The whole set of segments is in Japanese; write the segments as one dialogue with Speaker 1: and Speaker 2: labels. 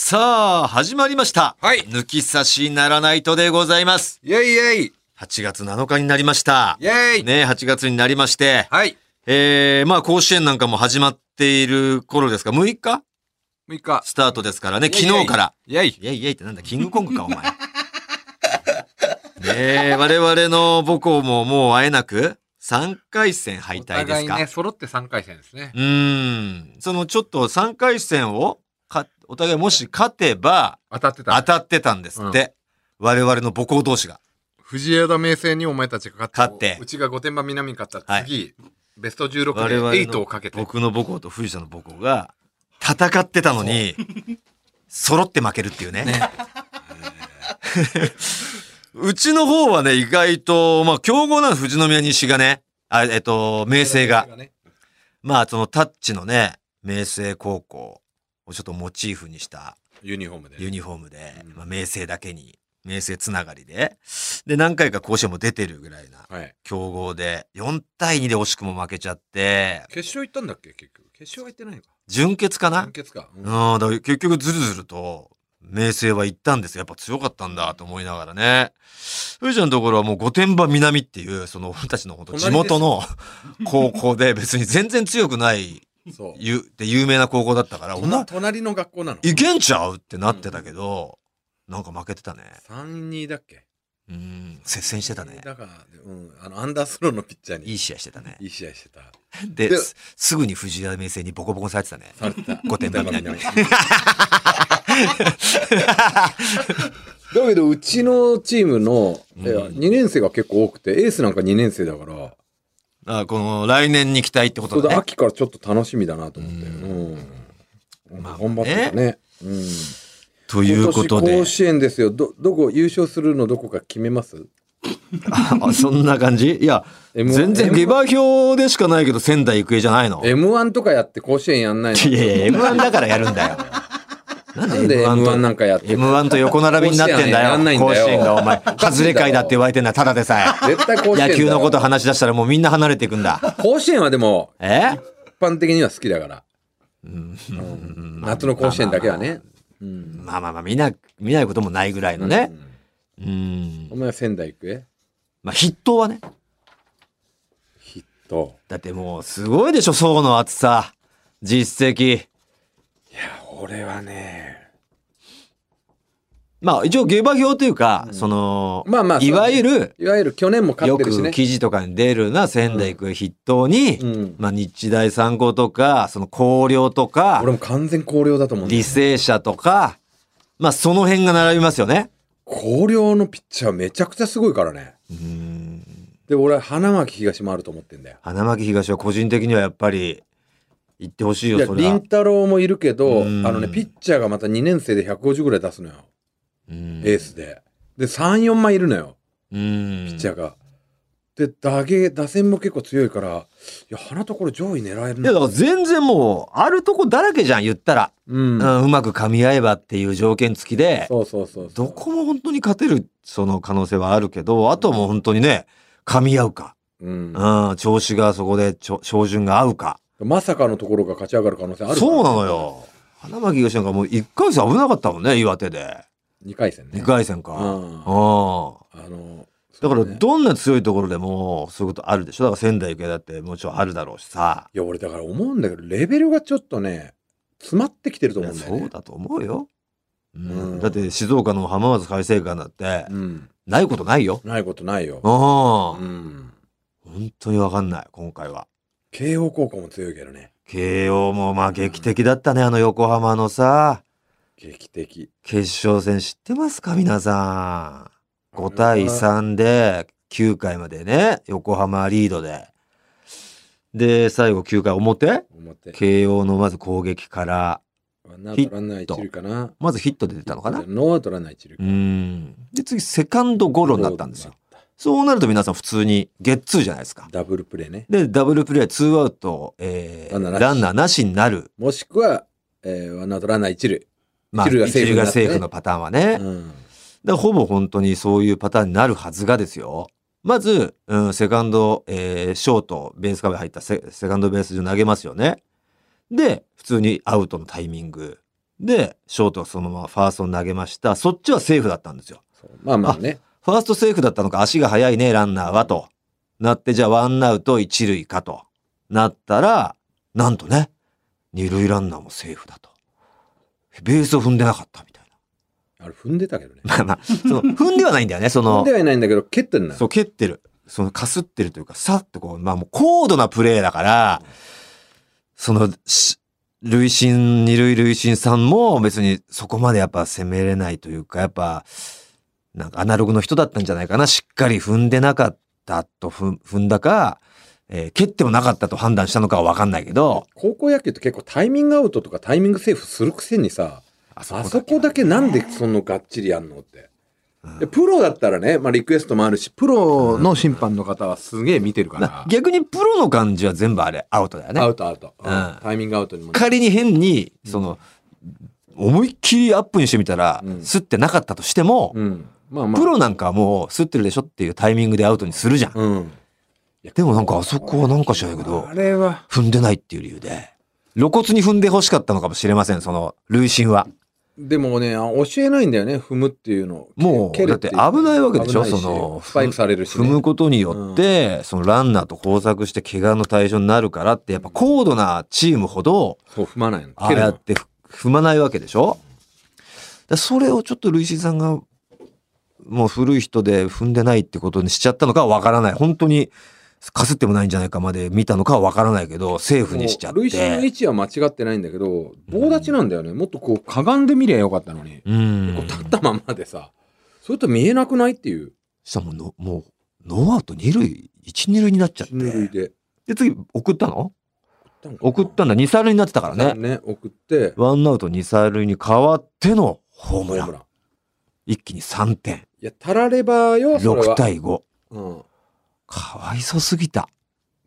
Speaker 1: さあ、始まりました。
Speaker 2: はい
Speaker 1: 抜き差しならないとでございます。
Speaker 2: イェイイェイ
Speaker 1: 8月7日になりました。
Speaker 2: イェイ、
Speaker 1: ね、8月になりまして、
Speaker 2: はい。
Speaker 1: えー、まあ、甲子園なんかも始まっている頃ですか、6日
Speaker 2: 6日。
Speaker 1: スタートですからね、昨日から。
Speaker 2: イェイイ
Speaker 1: イェ
Speaker 2: ェイ。
Speaker 1: イイェイってなんだ、キングコン グか、お前。ねえ、我々の母校ももう会えなく、3回戦敗
Speaker 2: お
Speaker 1: 退で
Speaker 2: 互
Speaker 1: す
Speaker 2: い
Speaker 1: か。
Speaker 2: ね、揃って3回戦ですね。
Speaker 1: うーん。そのちょっと3回戦をか、お互いもし勝てば
Speaker 2: 当たって
Speaker 1: 当
Speaker 2: た。
Speaker 1: たってたんですって。我々の母校同士が。
Speaker 2: 藤枝明星にお前たちが勝
Speaker 1: 勝
Speaker 2: って、
Speaker 1: って
Speaker 2: うちが御殿場南に勝った
Speaker 1: はい
Speaker 2: 次、ベスト16
Speaker 1: 我々の
Speaker 2: で8をかけて。
Speaker 1: 僕の母校と藤田の母校が戦ってたのに、揃って負けるっていうね。 うちの方はね、意外と、まあ、強豪なの、富士宮西がね、あえっと、明星が。
Speaker 2: ね。
Speaker 1: まあ、そのタッチのね、明星高校をちょっとモチーフにした
Speaker 2: ユニフォームで。
Speaker 1: ユニフォームで、
Speaker 2: うん
Speaker 1: まあ、明星だけに、明星つながりで、で、何回か甲子園も出てるぐらいな
Speaker 2: はい。
Speaker 1: 強豪で、4対2で惜しくも負けちゃって、
Speaker 2: 決勝行ったんだっけ結局。決勝は行ってないのか。
Speaker 1: 準決かな
Speaker 2: 完結か。う
Speaker 1: う
Speaker 2: ん
Speaker 1: ん、だから結局ずるずると、明星は行ったんですよやっぱ強かったんだと思いながらね。ふーちゃんのところはもう御殿場南っていう、その俺たちの本当地元の高校で別に全然強くない、
Speaker 2: そう。
Speaker 1: ゆ、で有名な高校だったから、お
Speaker 2: 隣
Speaker 1: な、
Speaker 2: 隣の学校なの。
Speaker 1: いけんちゃうってなってたけど、なんか負けてたね。
Speaker 2: 3-2だっけ
Speaker 1: うん、接戦してたね。
Speaker 2: だから、うん、あの、アンダースローのピッチャーに
Speaker 1: いい試合してたね
Speaker 2: い。い試合してた。
Speaker 1: で
Speaker 2: で、
Speaker 1: すすぐに藤枝明星にボコボコにされてたね。
Speaker 2: されてた。
Speaker 1: 御殿場南に。
Speaker 2: だけどうちのチームの、
Speaker 1: うん
Speaker 2: いや2年生が結構多くてエースなんか2年生だから
Speaker 1: あこの来年に期待ってこと
Speaker 2: それで
Speaker 1: だね。
Speaker 2: 秋からちょっと楽しみだなと思って、
Speaker 1: うん
Speaker 2: うん
Speaker 1: まあ
Speaker 2: 頑張ってたね。うん、
Speaker 1: ということ
Speaker 2: 今年
Speaker 1: で
Speaker 2: 甲。子園ですよどどこ優勝するのどこか決めます
Speaker 1: あ、 そんな感じいや、
Speaker 2: M1
Speaker 1: 全然
Speaker 2: M1
Speaker 1: 下馬評でしかないけど仙台育英じゃないの。い
Speaker 2: m 1とかやって甲子園やんないの
Speaker 1: やいや、M1 だからやるんだよ。な
Speaker 2: なんで m 1なんかやって
Speaker 1: M1 と横並びになってんだ
Speaker 2: 甲子園やんな
Speaker 1: よ。
Speaker 2: いんだ
Speaker 1: 甲
Speaker 2: よ
Speaker 1: 子園がお前、外れ会だって言われてんだよ、ただでさえ。
Speaker 2: 絶対甲子園だよ
Speaker 1: 野球のこと話し出したらもうみんな離れていくんだ。
Speaker 2: 甲子園はでも
Speaker 1: え
Speaker 2: 一般的には好きだから、
Speaker 1: うん
Speaker 2: うん夏の甲子園だけはね、うん
Speaker 1: まあまあまあ、見な、見ないこともないぐらいのね
Speaker 2: う。
Speaker 1: う
Speaker 2: ん
Speaker 1: ん
Speaker 2: お。前は仙台育英
Speaker 1: まあ、筆頭はね。
Speaker 2: ヒット
Speaker 1: だってもう、すごいでしょ、層の厚さ。実績。
Speaker 2: いや俺はね
Speaker 1: まあ、一応下馬評というか、その、
Speaker 2: まあまあ
Speaker 1: いわゆる、
Speaker 2: いわゆる去年も勝
Speaker 1: よ
Speaker 2: ってるし
Speaker 1: く
Speaker 2: ね。
Speaker 1: 記事とかに出るな仙台育英筆頭に、
Speaker 2: うん、
Speaker 1: まあ、日大三高とかその広陵とか
Speaker 2: 俺も完全広陵だと思うんだよ
Speaker 1: 履正社とか、まあ、その辺が並びますよね。
Speaker 2: 広陵のピッチャーめちゃくちゃすごいからね。
Speaker 1: うーん
Speaker 2: で、俺は花巻東もあると思ってんだよ。
Speaker 1: 花巻東は個人的にはやっぱり行ってほしい
Speaker 2: い
Speaker 1: よ
Speaker 2: や、
Speaker 1: それは
Speaker 2: 凛。太郎もいるけど、
Speaker 1: う
Speaker 2: あ
Speaker 1: ん
Speaker 2: のね、ピッチャーがまた2年生で150ぐらい出すのよ。
Speaker 1: うーん
Speaker 2: エースで。で、3、4枚いるのよ、
Speaker 1: うーん
Speaker 2: ピッチャーが。で、打芸、打線も結構強いから、いや、花ところ上位狙える
Speaker 1: いやだ
Speaker 2: な。
Speaker 1: から全然もうあるとこだらけじゃん言ったら、
Speaker 2: うん。
Speaker 1: う
Speaker 2: そ
Speaker 1: んうまく噛み合えばっていう条件付きで
Speaker 2: うそうそうそう。
Speaker 1: どこも本当に勝てるその可能性はあるけどあとはもう本当にね噛み合うか
Speaker 2: うん。
Speaker 1: うん、調子がそこでちょ照準が合うか。
Speaker 2: まさかのところが勝ち上がる可能性ある
Speaker 1: そうな
Speaker 2: の
Speaker 1: のよ。花巻東なんかもう1回戦危なかったもんね、岩手で。
Speaker 2: ?2 回戦ね。
Speaker 1: 2回戦か。
Speaker 2: う
Speaker 1: うん。
Speaker 2: ん。あの、
Speaker 1: だから、
Speaker 2: そうね
Speaker 1: どんな強いところでも、そういうことあるでしょだから仙台育英だってもちろんあるだろうしさ。
Speaker 2: いや、俺だから思うんだけど、レベルがちょっとね、詰まってきてると
Speaker 1: い
Speaker 2: 思
Speaker 1: や
Speaker 2: うんだよ、
Speaker 1: そ
Speaker 2: ね。
Speaker 1: うだと思うよ。うん
Speaker 2: うん
Speaker 1: だって静岡の浜松開誠館だって、
Speaker 2: うん。
Speaker 1: ないことないよ。
Speaker 2: ないことないよ
Speaker 1: う。ん。
Speaker 2: うん。
Speaker 1: 本当にわかんない、今回は。
Speaker 2: 慶応高校も強いけどね。
Speaker 1: 慶応もまあ劇的だったね、あの横浜のさ、
Speaker 2: 劇的。
Speaker 1: 決勝戦知ってますか、皆さん。5対。3で9回までね横浜リードでで最後9回表
Speaker 2: 表。
Speaker 1: 慶応のまず攻撃から
Speaker 2: ワンアウトランナー一塁かな。
Speaker 1: まずヒットで出たのかな
Speaker 2: ノーアウトランナー一塁
Speaker 1: う。んで次セカンドゴロになったんですよ。そうなると皆さん普通にゲッツーじゃないですか
Speaker 2: ダブルプレーね。
Speaker 1: でダブルプレーツーアウト、えー
Speaker 2: ランナーなし
Speaker 1: ランナーなしになる
Speaker 2: もしくは、えー、ワンアウトランナー一塁。
Speaker 1: まあ
Speaker 2: 一塁がセーフ
Speaker 1: 一塁
Speaker 2: にな
Speaker 1: が
Speaker 2: ってね
Speaker 1: セーフのパターンはね、
Speaker 2: うん。
Speaker 1: だからほぼ本当にそういうパターンになるはずがですよ。まず、うん、セカンド、えーショート、ベースカバー入ったセセカンドベース上投げますよね。で、普通にアウトのタイミングで、ショートはそのままファーストを投げました。そっちはセーフだったんですよ。
Speaker 2: そうまあまあね。
Speaker 1: ファーストセーフだったのか、足が速いね、ランナーは、となって、じゃあワンアウト一塁かとなったら、なんとね、二塁ランナーもセーフだと。ベースを踏んでなかったみたいな。
Speaker 2: あれ踏んでたけどね。
Speaker 1: まあまあ、その、 踏んではないんだよね、そ
Speaker 2: 踏ん
Speaker 1: の
Speaker 2: で、はいないんだけど、蹴ってんな。
Speaker 1: そう、蹴ってる。その、かすってるというか、さってこう、まあもう高度なプレーだから、その、し塁審、二塁塁審さんも別にそこまでやっぱ攻めれないというか、やっぱ、なんかアナログの人だったんじゃないかな。しっかり踏んでなかったと踏ん踏んだか、えー蹴ってもなかったと判断したのかはわかんないけど、
Speaker 2: 高校野球って結構タイミングアウトとかタイミングセーフするくせにさ、
Speaker 1: あ
Speaker 2: あそこだけなんでそのがっちりやんのって。
Speaker 1: うん
Speaker 2: でプロだったらね、まあ、リクエストもあるし、プロの審判の方はすげえ見てるか
Speaker 1: な
Speaker 2: ら。
Speaker 1: 逆にプロの感じは全部あれ、アウトだよね
Speaker 2: ア。ウトアウト、うん
Speaker 1: うん
Speaker 2: タイミングアウトにもね、
Speaker 1: 仮に変に、その、思いっきりアップにしてみたら、
Speaker 2: うん
Speaker 1: すってなかったとしても、
Speaker 2: うん、まあまあ
Speaker 1: プロなんかはもう、すってるでしょっていうタイミングでアウトにするじゃん。
Speaker 2: うん
Speaker 1: でもなんかあそこはなんか知らないけど
Speaker 2: あ、れは
Speaker 1: 踏んでないっていう理由で、露骨に踏んで欲しかったのかもしれません、その、累進は。
Speaker 2: でもねあ教えないんだよね踏むっていうの
Speaker 1: もう、
Speaker 2: 蹴
Speaker 1: だ
Speaker 2: る
Speaker 1: ってて
Speaker 2: い
Speaker 1: 危ないわけでしょ、
Speaker 2: 危な
Speaker 1: そ
Speaker 2: い
Speaker 1: の、
Speaker 2: スパイクされるし、
Speaker 1: 踏
Speaker 2: ね、
Speaker 1: むことによって、そのランナーと交錯して怪我の対象になるからって、やっぱ高度なチームほど、
Speaker 2: そう踏まないの
Speaker 1: ああ
Speaker 2: 蹴る
Speaker 1: やっ
Speaker 2: の
Speaker 1: てふ踏まないわけでしょだそれをちょっと類似さんがもう古い人で踏んでないってことにしちゃったのかはわからない本当にかすってもないんじゃないかまで見たのかはわからないけどセーフにしちゃっ
Speaker 2: 塁審の位
Speaker 1: て
Speaker 2: 置は間違ってないんだけど棒立ちなんだよね、もっとこうかがんでみりゃよかったのに、
Speaker 1: うん
Speaker 2: こう立ったままでさそれと見えなくないっていう
Speaker 1: したらもうのもうノーアウト二塁一二塁になっちゃって
Speaker 2: ぬるいで
Speaker 1: で次送ったの
Speaker 2: 送ったのかな
Speaker 1: 送ったんだ二三塁になってたからね
Speaker 2: ね送って
Speaker 1: ワンアウト二三塁に変わってのホー
Speaker 2: ホ
Speaker 1: ム
Speaker 2: ー
Speaker 1: ラ
Speaker 2: ム
Speaker 1: ン
Speaker 2: ラン
Speaker 1: 一気に三点
Speaker 2: いやたらればよそれ
Speaker 1: 六
Speaker 2: は
Speaker 1: 対五
Speaker 2: うん
Speaker 1: かわいそうすぎた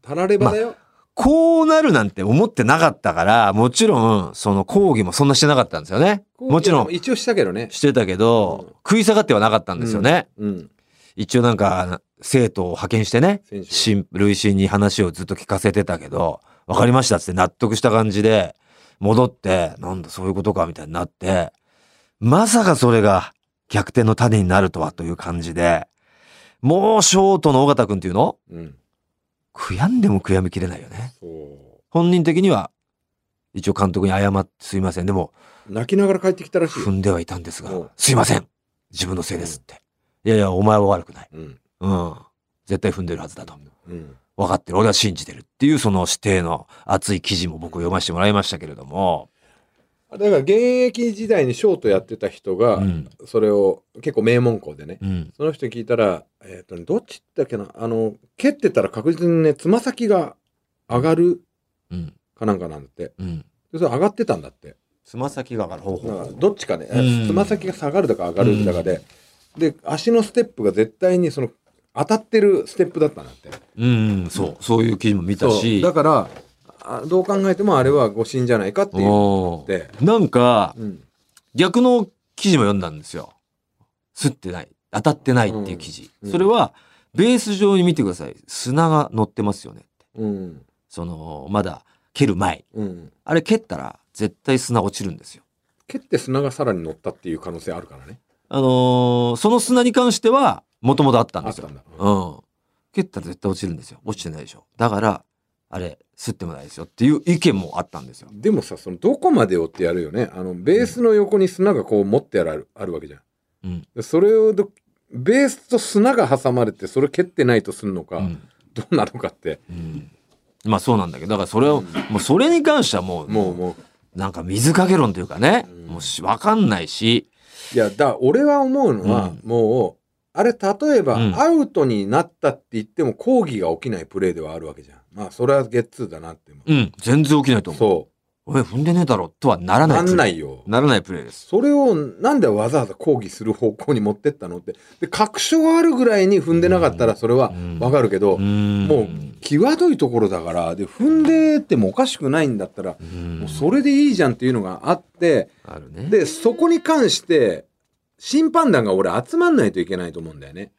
Speaker 2: たらればだよ、
Speaker 1: こうなるなんて思ってなかったから、もちろん、その抗議もそんなしてなかったんですよね。もちろん、
Speaker 2: 一応したけどね
Speaker 1: してたけど
Speaker 2: うん、
Speaker 1: 食い下がってはなかったんですよね。
Speaker 2: うん
Speaker 1: 一応なんか、生徒を派遣してね、
Speaker 2: 選手
Speaker 1: 新、類審に話をずっと聞かせてたけど、わかりましたっつって納得した感じで、戻って、なんだそういうことかみたいになって、まさかそれが逆転の種になるとはという感じで、もうショートの尾形くんっていうの
Speaker 2: うん
Speaker 1: 悔やんでも悔やみきれないよね。
Speaker 2: そ
Speaker 1: 本人的には一応監督に謝ってすいませんでも
Speaker 2: う泣きながら帰ってきたらしいよ
Speaker 1: 踏んではいたんですが
Speaker 2: うん
Speaker 1: すいません自分のせいですって、いやいやお前は悪くない
Speaker 2: うん
Speaker 1: うん絶対踏んでるはずだと
Speaker 2: うん
Speaker 1: 分かってる俺は信じてるっていうその指定の熱い記事も僕読ませてもらいましたけれども、
Speaker 2: だから現役時代にショートやってた人が、
Speaker 1: うん
Speaker 2: それを結構名門校でね
Speaker 1: うん、
Speaker 2: その人に聞いたら、えっとねどっちだっけなあの蹴ってたら確実にねつま先が上がる
Speaker 1: うん
Speaker 2: かなんかなんだって
Speaker 1: うん
Speaker 2: でそれ上がってたんだって
Speaker 1: つま先が上がる方法
Speaker 2: なんかどっちかね、
Speaker 1: うん
Speaker 2: つま先が下がるだか上がるだかで、で足のステップが絶対にその当たってるステップだったんだって
Speaker 1: うんそうそういう記事も見たし
Speaker 2: だからあどう考えてもあれは誤審じゃないかっていう
Speaker 1: おー
Speaker 2: で、
Speaker 1: なんか
Speaker 2: うん、
Speaker 1: 逆の記事も読んだんですよ。すってない。当たってないっていう記事。
Speaker 2: うん
Speaker 1: それは、ベース上に見てください。砂が乗ってますよねって。
Speaker 2: うん
Speaker 1: その、まだ蹴る前。
Speaker 2: うん
Speaker 1: あれ蹴ったら、絶対砂落ちるんですよ。
Speaker 2: 蹴って砂がさらに乗ったっていう可能性あるからね
Speaker 1: あのーその砂に関しては、もともとあったんで
Speaker 2: あっ
Speaker 1: す
Speaker 2: た
Speaker 1: よ
Speaker 2: ん。だ、
Speaker 1: うん。蹴ったら絶対落ちるんですよ。落ちてないでしょ。だから、あれ、すってもないですよっていう意見もあったんですよ。
Speaker 2: でもさそのどこまでをってやるよねあのベースの横に砂がこう持ってあるあるわけじゃん
Speaker 1: うん。
Speaker 2: でそれをどベースと砂が挟まれてそれ蹴ってないとするのか、
Speaker 1: うん
Speaker 2: どうなのかって
Speaker 1: うん。まあそうなんだけど、だからそれを、もうそれに関してはもう、
Speaker 2: もうもう
Speaker 1: なんか水かけ論というかね、
Speaker 2: うん
Speaker 1: もうしわかんないし、
Speaker 2: いやだ俺は思うのは、
Speaker 1: う
Speaker 2: もうあれ例えば、
Speaker 1: うん
Speaker 2: アウトになったって言っても抗議が起きないプレーではあるわけじゃんまあそれはゲッツーだなって思う、
Speaker 1: うん、全然起きないと思う。
Speaker 2: そ
Speaker 1: お前踏んでねえだろとはなら
Speaker 2: う
Speaker 1: ない
Speaker 2: な
Speaker 1: プレ
Speaker 2: ん
Speaker 1: ー。
Speaker 2: ないよ
Speaker 1: ならないプレーです。
Speaker 2: それをなんでわざわざ抗議する方向に持ってったのってで確証があるぐらいに踏んでなかったらそれは
Speaker 1: うん
Speaker 2: わかるけど、
Speaker 1: も
Speaker 2: もう際どいところだからで踏んでてもおかしくないんだったら、
Speaker 1: うん、
Speaker 2: もうそれでいいじゃんっていうのがあって
Speaker 1: あるね。
Speaker 2: でそこに関して審判団が俺集まんないといけないと思うんだよね。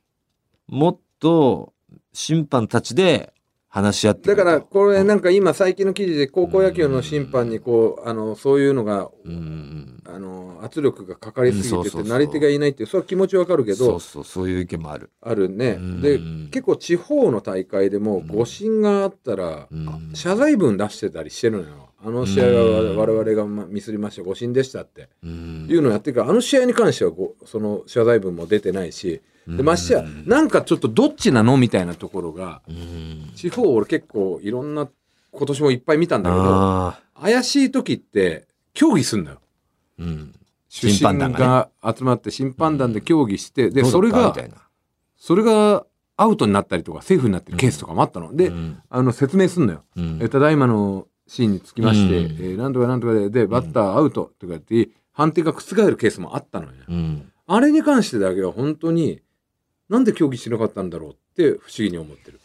Speaker 1: もっと審判たちで、話し合ってく
Speaker 2: だ
Speaker 1: れと
Speaker 2: からこれなんか今最近の記事で高校野球の審判にこうあのそういうのが
Speaker 1: うんうん
Speaker 2: あの圧力がかかりす
Speaker 1: う
Speaker 2: ぎ
Speaker 1: んそう
Speaker 2: て
Speaker 1: そ
Speaker 2: て
Speaker 1: うそう
Speaker 2: なり手がいないっていうそれは気持ちわかるけ
Speaker 1: そう
Speaker 2: ど
Speaker 1: そうそういう意見もある
Speaker 2: あるね
Speaker 1: うん
Speaker 2: で結構地方の大会でも
Speaker 1: うん
Speaker 2: 誤審があったら
Speaker 1: うん
Speaker 2: あ謝罪文出してたりしてるのよあの試
Speaker 1: う
Speaker 2: 合
Speaker 1: ん
Speaker 2: は我々がまミスりました誤審でしたって
Speaker 1: うん
Speaker 2: いうのをやってるからあの試合に関してはごその謝罪文も出てないしでましてやなんかちょっとどっちなのみたいなところが
Speaker 1: うん
Speaker 2: 地方俺結構いろんな今年もいっぱい見たんだけど
Speaker 1: あ
Speaker 2: 怪しい時って協議すんだよ
Speaker 1: ーうん
Speaker 2: 主
Speaker 1: 審判
Speaker 2: 審
Speaker 1: 団がね
Speaker 2: が集まって審判団で協議して、で
Speaker 1: どうだった
Speaker 2: それ
Speaker 1: み
Speaker 2: が
Speaker 1: たいな
Speaker 2: それがアウトになったりとかセーフになってるケースとかもあったの、で、
Speaker 1: うん
Speaker 2: あの説明すんのよ、
Speaker 1: うん
Speaker 2: えただいまのシーンにつきまして、
Speaker 1: うん
Speaker 2: えーなんとかなんとかででバッターアウトとかって判定が覆るケースもあったのよ、
Speaker 1: うん
Speaker 2: あれに関してだけは本当になんで協議しなかったんだろうって不思議に思ってる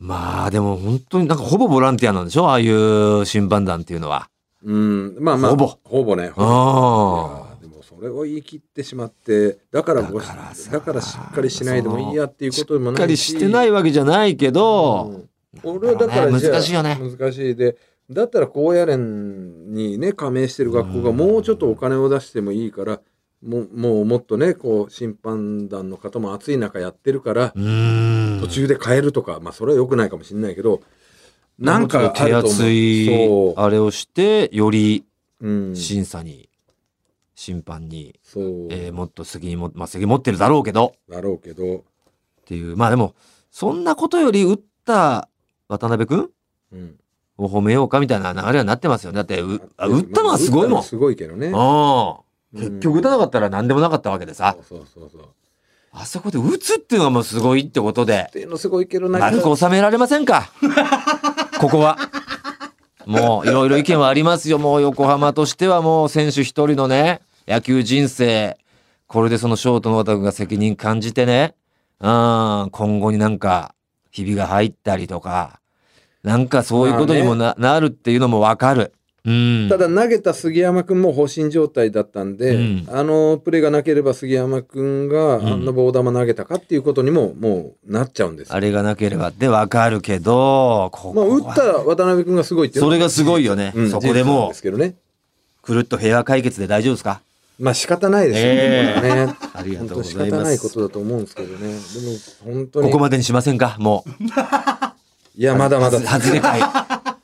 Speaker 1: まあでも本当になんかほぼボランティアなんでしょああいう審判団っていうのは
Speaker 2: うんまあまあ
Speaker 1: ほぼ
Speaker 2: ほぼねほぼい
Speaker 1: あ
Speaker 2: やでもそれを言い切ってしまってだからご
Speaker 1: だからさ
Speaker 2: だからしっかりしないでもいいやっていうことでも
Speaker 1: あしっ
Speaker 2: な
Speaker 1: か
Speaker 2: い
Speaker 1: りしてない
Speaker 2: け
Speaker 1: わけじゃないけど、
Speaker 2: 俺はだから
Speaker 1: ね
Speaker 2: じゃあ
Speaker 1: 難しいよね
Speaker 2: 難しいでだったら高野連にね加盟してる学校が
Speaker 1: うん
Speaker 2: もうちょっとお金を出してもいいからもうもうもっとねこう審判団の方も暑い中やってるから
Speaker 1: うん
Speaker 2: 途中で変えるとかまあそれは良くないかもしれないけどなんかあ
Speaker 1: 手
Speaker 2: ると思う
Speaker 1: 厚い
Speaker 2: そ
Speaker 1: あれをしてより
Speaker 2: う、うん、
Speaker 1: 審査に審判に、
Speaker 2: そう
Speaker 1: えーもっと責任も、まあ、責任持ってるだろうけど
Speaker 2: だろうけど、
Speaker 1: っていうまあでもそんなことより打った渡辺君
Speaker 2: うん、
Speaker 1: を褒めようかみたいな流れはなってますよねだってうあ打ったのはすごい
Speaker 2: ま
Speaker 1: もん
Speaker 2: あ打ったのは。すごいけどね
Speaker 1: ああ
Speaker 2: うん
Speaker 1: 結局打たなかったら何でもなかったわけでさ、
Speaker 2: そうそうそうそう。
Speaker 1: あそこで打つっていうのがもうすごいってことで
Speaker 2: っていうのすごいけどな
Speaker 1: 丸く収められません かここは。もういろいろ意見はありますよ。もう横浜としてはもう選手一人のね、野球人生、これでそのショートの渡君が責任感じてね、うん、今後になんか、ひびが入ったりとか、なんかそういうことにもな,、なるっていうのもわかる。うん。
Speaker 2: ただ投げた杉山君も放心状態だったんで、
Speaker 1: うん
Speaker 2: あのプレーがなければ杉山君が
Speaker 1: うん
Speaker 2: あんな棒球投げたかっていうことにももうなっちゃうんです
Speaker 1: あ
Speaker 2: よ。
Speaker 1: れがなければってわかるけど、こ
Speaker 2: まあ、
Speaker 1: こ
Speaker 2: 打っ
Speaker 1: は
Speaker 2: た渡辺君がすごいっていう
Speaker 1: そ
Speaker 2: のは
Speaker 1: れがすごいよね。
Speaker 2: うん
Speaker 1: そこで
Speaker 2: 事実なん
Speaker 1: も
Speaker 2: ですけどね。
Speaker 1: う、くるっと平和解決で大丈夫ですか
Speaker 2: まあ仕方ないですよ
Speaker 1: ええ
Speaker 2: ね。ね
Speaker 1: ありが
Speaker 2: 本
Speaker 1: と
Speaker 2: 当
Speaker 1: うござい
Speaker 2: に仕
Speaker 1: ます。
Speaker 2: 方ないことだと思うんですけどね。でも本当に
Speaker 1: ここまでにしませんかもう。
Speaker 2: いやまだまだ
Speaker 1: はず外れ かい。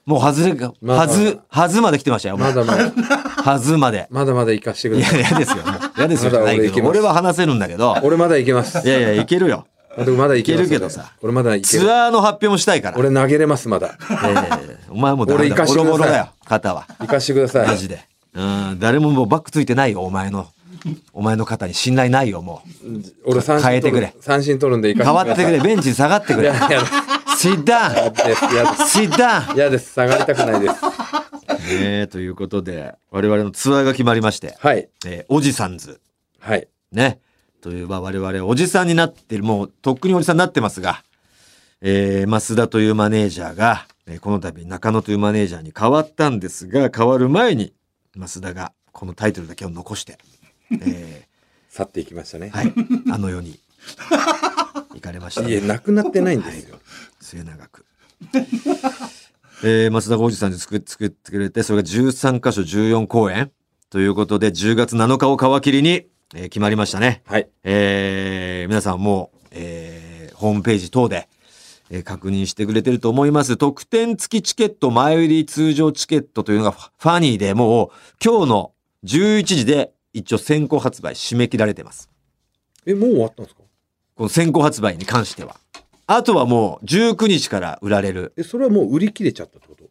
Speaker 1: もう外れか、
Speaker 2: まだ
Speaker 1: はず、はずまで来てましたよ。もう
Speaker 2: まだ まだ
Speaker 1: はずまで。
Speaker 2: まだまだ行かしてく
Speaker 1: い
Speaker 2: だ
Speaker 1: や、
Speaker 2: さい。
Speaker 1: 嫌ですよ。もう嫌ですよ。じ
Speaker 2: ま
Speaker 1: ゃ
Speaker 2: だ
Speaker 1: ない
Speaker 2: 俺
Speaker 1: け
Speaker 2: 行け
Speaker 1: ど。
Speaker 2: ます
Speaker 1: 俺は話せるんだけど。
Speaker 2: 俺まだ行けます。
Speaker 1: いやいや、いけるよ。
Speaker 2: 監督まだ行けます、
Speaker 1: いけるけどさ
Speaker 2: 俺まだ行け
Speaker 1: ツ
Speaker 2: る。
Speaker 1: アーの発表もしたいから。
Speaker 2: 俺投げれますまだ。
Speaker 1: いやいやいやお前はもうダメ
Speaker 2: 俺行
Speaker 1: だ。
Speaker 2: か
Speaker 1: ボ
Speaker 2: してくだ
Speaker 1: ロ
Speaker 2: さい
Speaker 1: ボロだよ。肩は。
Speaker 2: 行かしてくだ さ
Speaker 1: マ
Speaker 2: い。
Speaker 1: ジで。うん、誰ももうバックついてないよ、お前の。お前の肩に信頼ないよ、もう。
Speaker 2: 俺三振
Speaker 1: 変えてく
Speaker 2: 取る
Speaker 1: れ
Speaker 2: 三振取るんでいいか
Speaker 1: 変わってくれ、ベンチに下がってく
Speaker 2: い
Speaker 1: れ
Speaker 2: や。いや
Speaker 1: sit down!
Speaker 2: 嫌です
Speaker 1: sit down!
Speaker 2: 嫌です嫌です下がりたくないです
Speaker 1: ねえ、ということで、我々のツアーが決まりまして、
Speaker 2: はい
Speaker 1: えーおじさんず。
Speaker 2: はい
Speaker 1: ね。という、まあ我々おじさんになってる、もうとっくにおじさんになってますが、えー、増田というマネージャーが、えーこの度中野というマネージャーに変わったんですが、変わる前に、増田がこのタイトルだけを残して、え
Speaker 2: 去っていきましたね、
Speaker 1: ー、はい、あの世に行かれました
Speaker 2: い、
Speaker 1: ね、
Speaker 2: やなくなってないんですよ、
Speaker 1: 末永く。 えー、増田がおじさんに作っ作ってくれて、それが13カ所14公演ということで、10月7日を皮切りに、えー決まりましたね。
Speaker 2: はい
Speaker 1: えー皆さんもう、えーホームページ等で、えー確認してくれてると思います。特典付きチケット、前売り通常チケットというのがファファニーでもう今日の11時で一応先行発売締め切られてます。
Speaker 2: えもう終わったんですか
Speaker 1: この先行発売に関しては。あとはもう19日から売られる。
Speaker 2: えそれはもう売り切れちゃったってこと
Speaker 1: い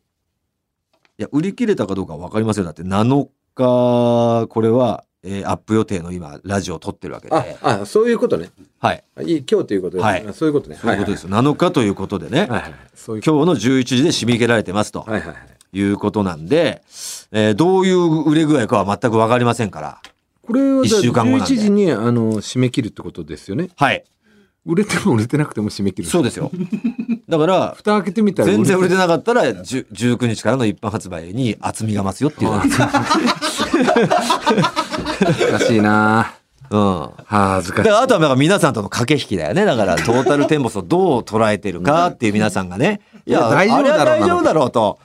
Speaker 1: や、売り切れたかどうかわかりませんよ。だって7日、これは、えーアップ予定の今、ラジオを撮ってるわけで。
Speaker 2: ああそういうことね
Speaker 1: はい。
Speaker 2: あいい今日ということで、
Speaker 1: はい
Speaker 2: あそういうことね
Speaker 1: そういうことですよ。7日ということでね。
Speaker 2: はいはいはいはいそういうこ
Speaker 1: 今日の11時で締め切られてますと
Speaker 2: とはいはいはい
Speaker 1: いうことなんで、えーどういう売れ具合かは全くわかりませんから。
Speaker 2: これは
Speaker 1: 一週間後なんで
Speaker 2: 11時にあの締め切るってことですよね
Speaker 1: はい。
Speaker 2: 売れても売れてなくても締め切る
Speaker 1: そうですよ。だ から、
Speaker 2: 蓋開けてみたら
Speaker 1: 全然売れ
Speaker 2: て
Speaker 1: てなかったら、10 19日からの一般発売に 厚みが増すよっていう。
Speaker 2: おかしいな
Speaker 1: うん。
Speaker 2: 恥ずかしい
Speaker 1: であとはなんか皆さんとの駆け引きだよねだからトータルテンボスをどう捉えてるかっていう皆さんがねいや
Speaker 2: いや大丈夫だろうな
Speaker 1: あれは大丈夫だろうと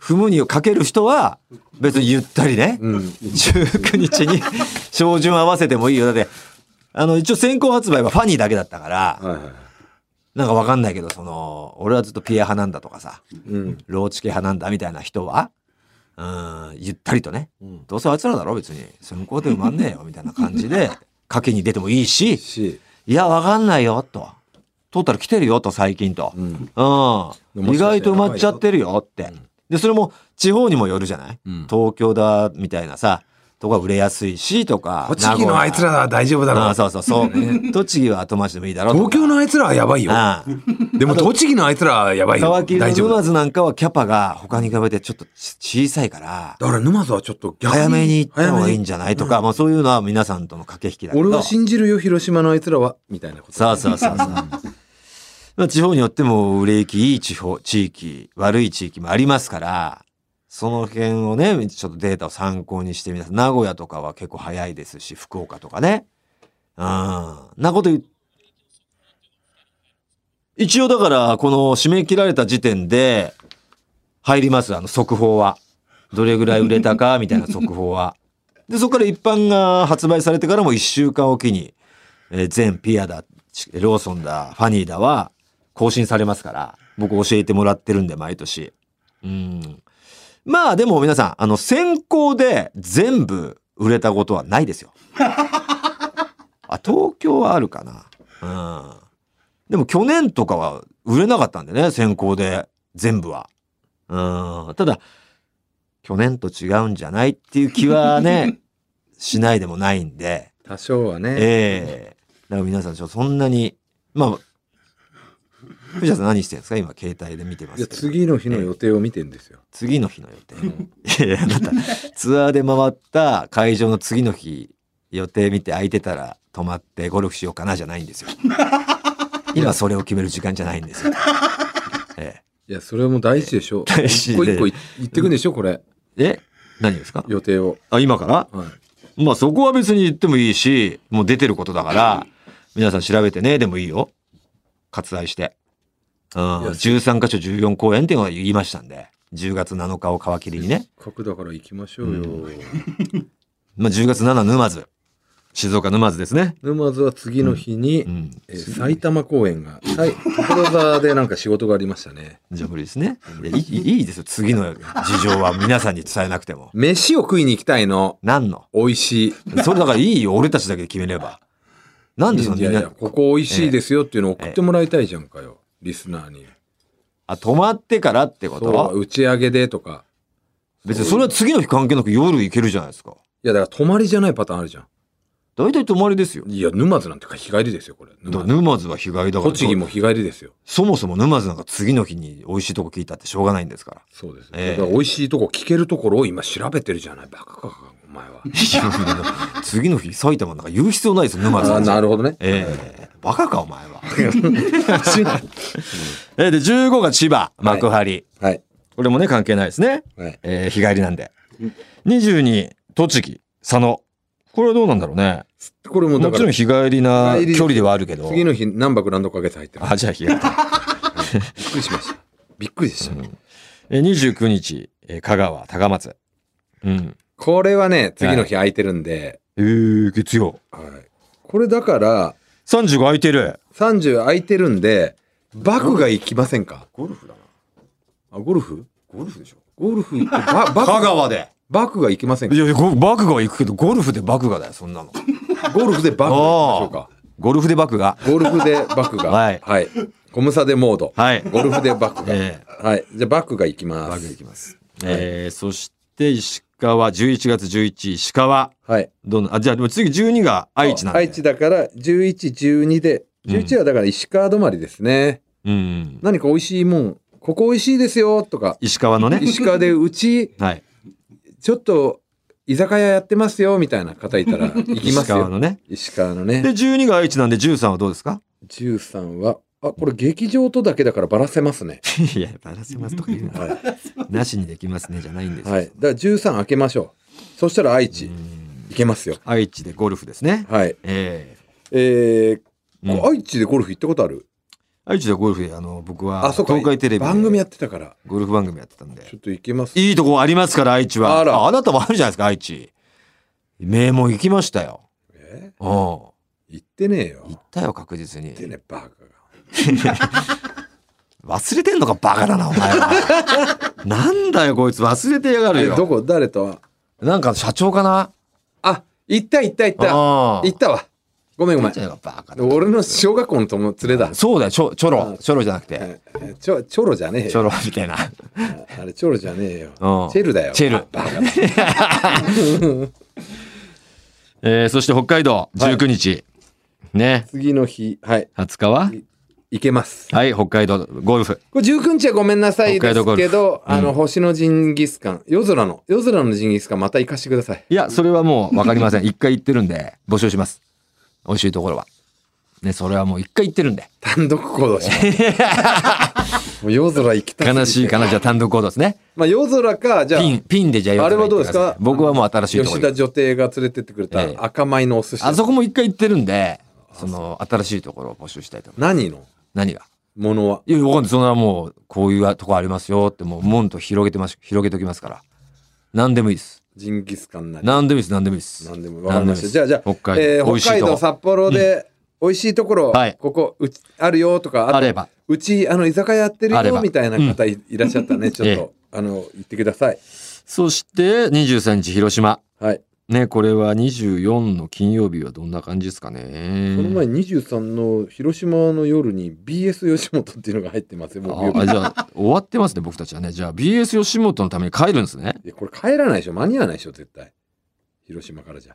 Speaker 1: 踏むにをかける人は別にゆったりね、
Speaker 2: うん
Speaker 1: 19日に照準合わせてもいいよだってあの一応先行発売はファニーだけだったから、
Speaker 2: はいはい
Speaker 1: なんかわかんないけどその俺はずっとピア派なんだとかさ
Speaker 2: うん
Speaker 1: ローチ系派なんだみたいな人はうんゆったりとね
Speaker 2: うん
Speaker 1: どうせあいつらだろ別に先行で埋まんねえよみたいな感じで賭けに出てもいいし。
Speaker 2: し
Speaker 1: いや、わかんないよ、と。トータル来てるよ、と、最近と。
Speaker 2: うん
Speaker 1: うん。
Speaker 2: も
Speaker 1: 意
Speaker 2: しかして
Speaker 1: 外と埋まっちゃってるよって。で、それも地方にもよるじゃない、
Speaker 2: うん
Speaker 1: 東京だ、みたいなさ、とか売れやすいし、とか。
Speaker 3: 栃木
Speaker 1: 名古
Speaker 3: の
Speaker 1: 屋
Speaker 3: あいつらは大丈夫だろ
Speaker 1: あ
Speaker 3: う
Speaker 1: あ、そうそ うそう。栃木は後回しでもいいだろうとか。
Speaker 3: 東京のあいつらはやばいよ
Speaker 1: ああ
Speaker 3: でも栃木のあいつらはやばいよ
Speaker 1: 川崎の
Speaker 3: 大丈夫
Speaker 1: 沼津なんかはキャパが他に比べてちょっとち小さいから、
Speaker 3: だから沼津はちょっと逆に
Speaker 1: 早めに行った方がいいん
Speaker 3: じ
Speaker 1: じゃないとか、まあそういうのは皆さんとの駆け引きだけど。
Speaker 2: 俺は信じるよ広島のあいつらはみたいなこと
Speaker 1: そうそうそうそう。まあ地方によっても売れ行きいい地方、地域、悪い地域もありますから、その辺をね、ちょっとデータを参考にしてみます。名古屋とかは結構早いですし、福岡とかね。うん。なこと言う。一応だから、この締め切られた時点で、入ります、あの速報は。どれぐらい売れたか、みたいな速報は。で、そこから一般が発売されてからも1週間おきに、えー全ピアだ、ちローソンだ、ファニーだは更新されますから、僕教えてもらってるんで、毎年。うん。まあでも皆さん、あの、先行で全部売れたことはないですよ。あ、東京はあるかな。うん。でも去年とかは売れなかったんでね、先行で全部は。うん。ただ、去年と違うんじゃないっていう気はね、しないでもないんで。
Speaker 2: 多少はね
Speaker 1: ええだから皆さん、ちょそんなに、まあ、藤田さん何してるんですか今、携帯で見てま
Speaker 2: い
Speaker 1: す
Speaker 2: や
Speaker 1: けど。
Speaker 2: 次の日の予定を見てんですよ
Speaker 1: 次の日の予定。いやいや、あなた、ツアーで回った会場の次の日、予定見て空いてたら泊まってゴルフしようかなじゃないん ですよ。今それを決める時間じゃないんですよ。え
Speaker 2: いやそれも大事でしょ
Speaker 1: 大事で
Speaker 2: 一個一個い言ってくんでしょこれ
Speaker 1: ええ何ですか
Speaker 2: 予定を
Speaker 1: あ、今から
Speaker 2: はい
Speaker 1: まあそこは別に言ってもいいし、もう出てることだから、皆さん調べてね、でもいいよ。割愛して。うん、
Speaker 2: いや
Speaker 1: 13カ所14公演っていうのは言いましたんで、10月7日を皮切りにね。
Speaker 2: せっかくだから行きましょうよ、
Speaker 1: うまあ10月7沼津。静岡沼津ですね。
Speaker 2: 沼津は次の日に、
Speaker 1: うん。
Speaker 2: えー埼玉公演がはい所沢でなんか仕事がありましたね
Speaker 1: じゃあ無理ですね。いやいいいいですよ。次の事情は皆さんに伝えなくても。
Speaker 2: 飯を食いに行きたいの
Speaker 1: 何の
Speaker 2: 美味しい
Speaker 1: それだからいいよ。俺たちだけで決めれば。なんでその
Speaker 2: い
Speaker 1: み
Speaker 2: や
Speaker 1: ん
Speaker 2: いや
Speaker 1: な、
Speaker 2: ここ美味しいですよっていうのを送ってもらいたいじゃんかよ、リスナーに
Speaker 1: あ、泊まってからってこ
Speaker 2: そう
Speaker 1: と
Speaker 2: 打ち上げでとか
Speaker 1: 別にそれは次の日関係なく夜行けるじゃないですか。
Speaker 2: いやだから泊まりじゃないパターンあるじゃ
Speaker 1: 大体泊まりですよ
Speaker 2: ん。いや沼津なんてか日帰りですよこれ
Speaker 1: だから
Speaker 2: 沼
Speaker 1: 沼津
Speaker 2: 津
Speaker 1: は被害だから
Speaker 2: 栃木も日帰りですよ
Speaker 1: そもそも沼津なんか次の日に美味しいとこ聞いたってしょうがないんです から
Speaker 2: そうです、
Speaker 1: ええ
Speaker 2: だから美味しいとこ聞けるところを今調べてるじゃないバカかお前は
Speaker 1: 次の日埼玉なんか言う必要ないですよ沼津
Speaker 2: あなるほど ね
Speaker 1: ええバカかお前はええで15が千葉幕張、
Speaker 2: はい
Speaker 1: これもね関係ないですね、
Speaker 2: はい
Speaker 1: ええ日帰りなんで22栃木佐野これはどうなんだろうね
Speaker 2: これもだ
Speaker 1: も
Speaker 2: か
Speaker 1: ちろ
Speaker 2: ら
Speaker 1: ん日帰りな
Speaker 2: 日帰り
Speaker 1: 距離ではあるけど
Speaker 2: 次の日何泊何度か月入ってる
Speaker 1: あじゃあ日帰り
Speaker 2: びっくりしましたびっくりでした、
Speaker 1: ええ29日、ええ香川高松うん
Speaker 2: これはね次の日空いてるんで、
Speaker 1: ええ月曜
Speaker 2: はいこれだから
Speaker 1: 35空いてる
Speaker 2: 30空いてるんでバクが行きませんか
Speaker 3: ゴルフだな
Speaker 2: あゴルフ
Speaker 3: ゴルフでしょ
Speaker 2: ゴルフ行ってバ
Speaker 1: 香
Speaker 2: バク
Speaker 1: 川で
Speaker 2: バクが行きません
Speaker 1: い
Speaker 2: か
Speaker 1: やごバクガは行くけどゴルフでバクガだよそんなの
Speaker 2: ゴルフでバクが行きましょ
Speaker 1: ゴルフでバクガ
Speaker 2: うかゴルフでバクが
Speaker 1: はい
Speaker 2: はい、ゴムサでモード、
Speaker 1: はい
Speaker 2: ゴルフでバクが、
Speaker 1: え
Speaker 2: はいじゃあバクが行きます
Speaker 1: バクガ行きます、えーそして石川11月11石川
Speaker 2: はい
Speaker 1: どのあじゃあでも次12が愛知なんで
Speaker 2: 愛知だから1112で11はだから石川止まりですね、
Speaker 1: うん
Speaker 2: 何か美味しいもんここ美味しいですよとか
Speaker 1: 石川のね
Speaker 2: 石川でうち
Speaker 1: はい
Speaker 2: ちょっと居酒屋やってますよみたいな方いた ら行き
Speaker 1: 石
Speaker 2: ます
Speaker 1: 川
Speaker 2: よ
Speaker 1: のね
Speaker 2: 石川の
Speaker 1: で
Speaker 2: ね
Speaker 1: 12が愛知なんで13はどうですか
Speaker 2: 13はあこれ劇場とだけだからバラせますね
Speaker 1: いやバラせますとか言う
Speaker 2: は、
Speaker 1: ないなしにできますねじゃないんですよ
Speaker 2: はい、だから13開けましょうそしたら愛知
Speaker 1: うん
Speaker 2: 行けますよ。
Speaker 1: 愛知でゴルフですね。
Speaker 2: はい。
Speaker 1: え
Speaker 2: え
Speaker 1: え
Speaker 2: ー、こ愛知でゴルフ行ったことある
Speaker 1: 愛知でゴルフで、あの、僕は、
Speaker 2: あ、そうか。
Speaker 1: 東海テレビで
Speaker 2: 番組やってたから、
Speaker 1: ゴルフ番組やってたん
Speaker 2: ち
Speaker 1: で。
Speaker 2: ょっと行けます。
Speaker 1: いいとこありますから、愛知は。
Speaker 2: あら
Speaker 1: あなたもあるじゃないですか、愛知。名門行きましたよ。
Speaker 2: え
Speaker 1: うん。行
Speaker 2: 行ってねえよ。行っ
Speaker 1: ったよ、確実に。
Speaker 2: てねえ、バカが。
Speaker 1: 忘れてんのか、バカだな、お前は。 なんだよ、こいつ、忘れてやがる
Speaker 2: え、ど
Speaker 1: よ。
Speaker 2: こ誰とは
Speaker 1: なんか、社長かな
Speaker 2: あ、行った行った行った。
Speaker 1: あ
Speaker 2: 行ったわ。ごめんごめん。
Speaker 1: バカだな
Speaker 2: 俺の小学校の友連れだ。
Speaker 1: そうだよ、ちょ、ちょろ
Speaker 2: あ。
Speaker 1: ちょろじゃなくて。
Speaker 2: ええちょ、チョロじゃねえ
Speaker 1: ちょ
Speaker 2: よ。
Speaker 1: ろみたいな。
Speaker 2: あれ、チョロじゃねえよ。
Speaker 1: うん
Speaker 2: チェルだよ。
Speaker 1: チェル
Speaker 2: バカ
Speaker 1: えーそして北海道、19日。ね。
Speaker 2: 次の日、はい、
Speaker 1: 20日は
Speaker 2: 行けます。
Speaker 1: はい、北海道ゴルフ。
Speaker 2: これ19日はごめんなさい
Speaker 1: 北
Speaker 2: で
Speaker 1: 海道ゴ
Speaker 2: す
Speaker 1: ルフ
Speaker 2: けど、あ
Speaker 1: う
Speaker 2: の、
Speaker 1: ん
Speaker 2: 星のジンギスカン、夜空の、夜空のジンギスカンまた行かしてください。
Speaker 1: いや、それはもう分かりません。一回行ってるんで、募集します。美味しいところは。ね、それはもう一回行ってるんで。
Speaker 2: 単独行動 します。もう夜空行きた
Speaker 1: 悲しい
Speaker 2: か。
Speaker 1: かな、じゃあ単独行動ですね。
Speaker 2: まあ夜空か、じゃあ、
Speaker 1: ピン、ピンでじゃあ
Speaker 2: あれはどうですか
Speaker 1: 行ってください僕はもう新しいとこ
Speaker 2: 吉
Speaker 1: ろ
Speaker 2: 田
Speaker 1: に。
Speaker 2: 女帝が連れてってくれ
Speaker 1: ええ
Speaker 2: た赤米のお寿司。
Speaker 1: あそこも一回行ってるんで、その、新しいところを募集したいと思います。
Speaker 2: 何の
Speaker 1: 何が
Speaker 2: ものはい
Speaker 1: や、わかんない。そんなもう、こういうとこありますよって、もう、もんと広げてます、広げておきますから。何でもいいです。
Speaker 2: ジンギスカンなり。
Speaker 1: 何でもいいです、何でもいいです。
Speaker 2: なんでもわかりました。
Speaker 1: 何
Speaker 2: じゃあ、じゃあ、
Speaker 1: 北海道、
Speaker 2: えー
Speaker 1: 美味し
Speaker 2: 北
Speaker 1: い
Speaker 2: 海
Speaker 1: と
Speaker 2: 道、
Speaker 1: こ
Speaker 2: 札幌で、美味しいところ、
Speaker 1: はい
Speaker 2: ここ、うち、あるよとか、
Speaker 1: あ
Speaker 2: あと
Speaker 1: れば。
Speaker 2: うち、あの、居酒屋やってる
Speaker 1: あれば
Speaker 2: よ、みたいな方いいらっしゃった らね、ちょっと、あの、言ってください。
Speaker 1: そして、23日、広島。
Speaker 2: はい。
Speaker 1: ね、これは24の金曜日はどんな感じですか
Speaker 2: この前
Speaker 1: ね。
Speaker 2: 23の広島の夜に BS 吉本っていうのが入ってますよ、木曜
Speaker 1: あ
Speaker 2: 日
Speaker 1: あ。じゃあ、終わってますね、僕たちはね。じゃあ、BS 吉本のために帰るんですね。
Speaker 2: いやこれ帰らないでしょ、間に合わないでしょ、絶対。広島からじゃ。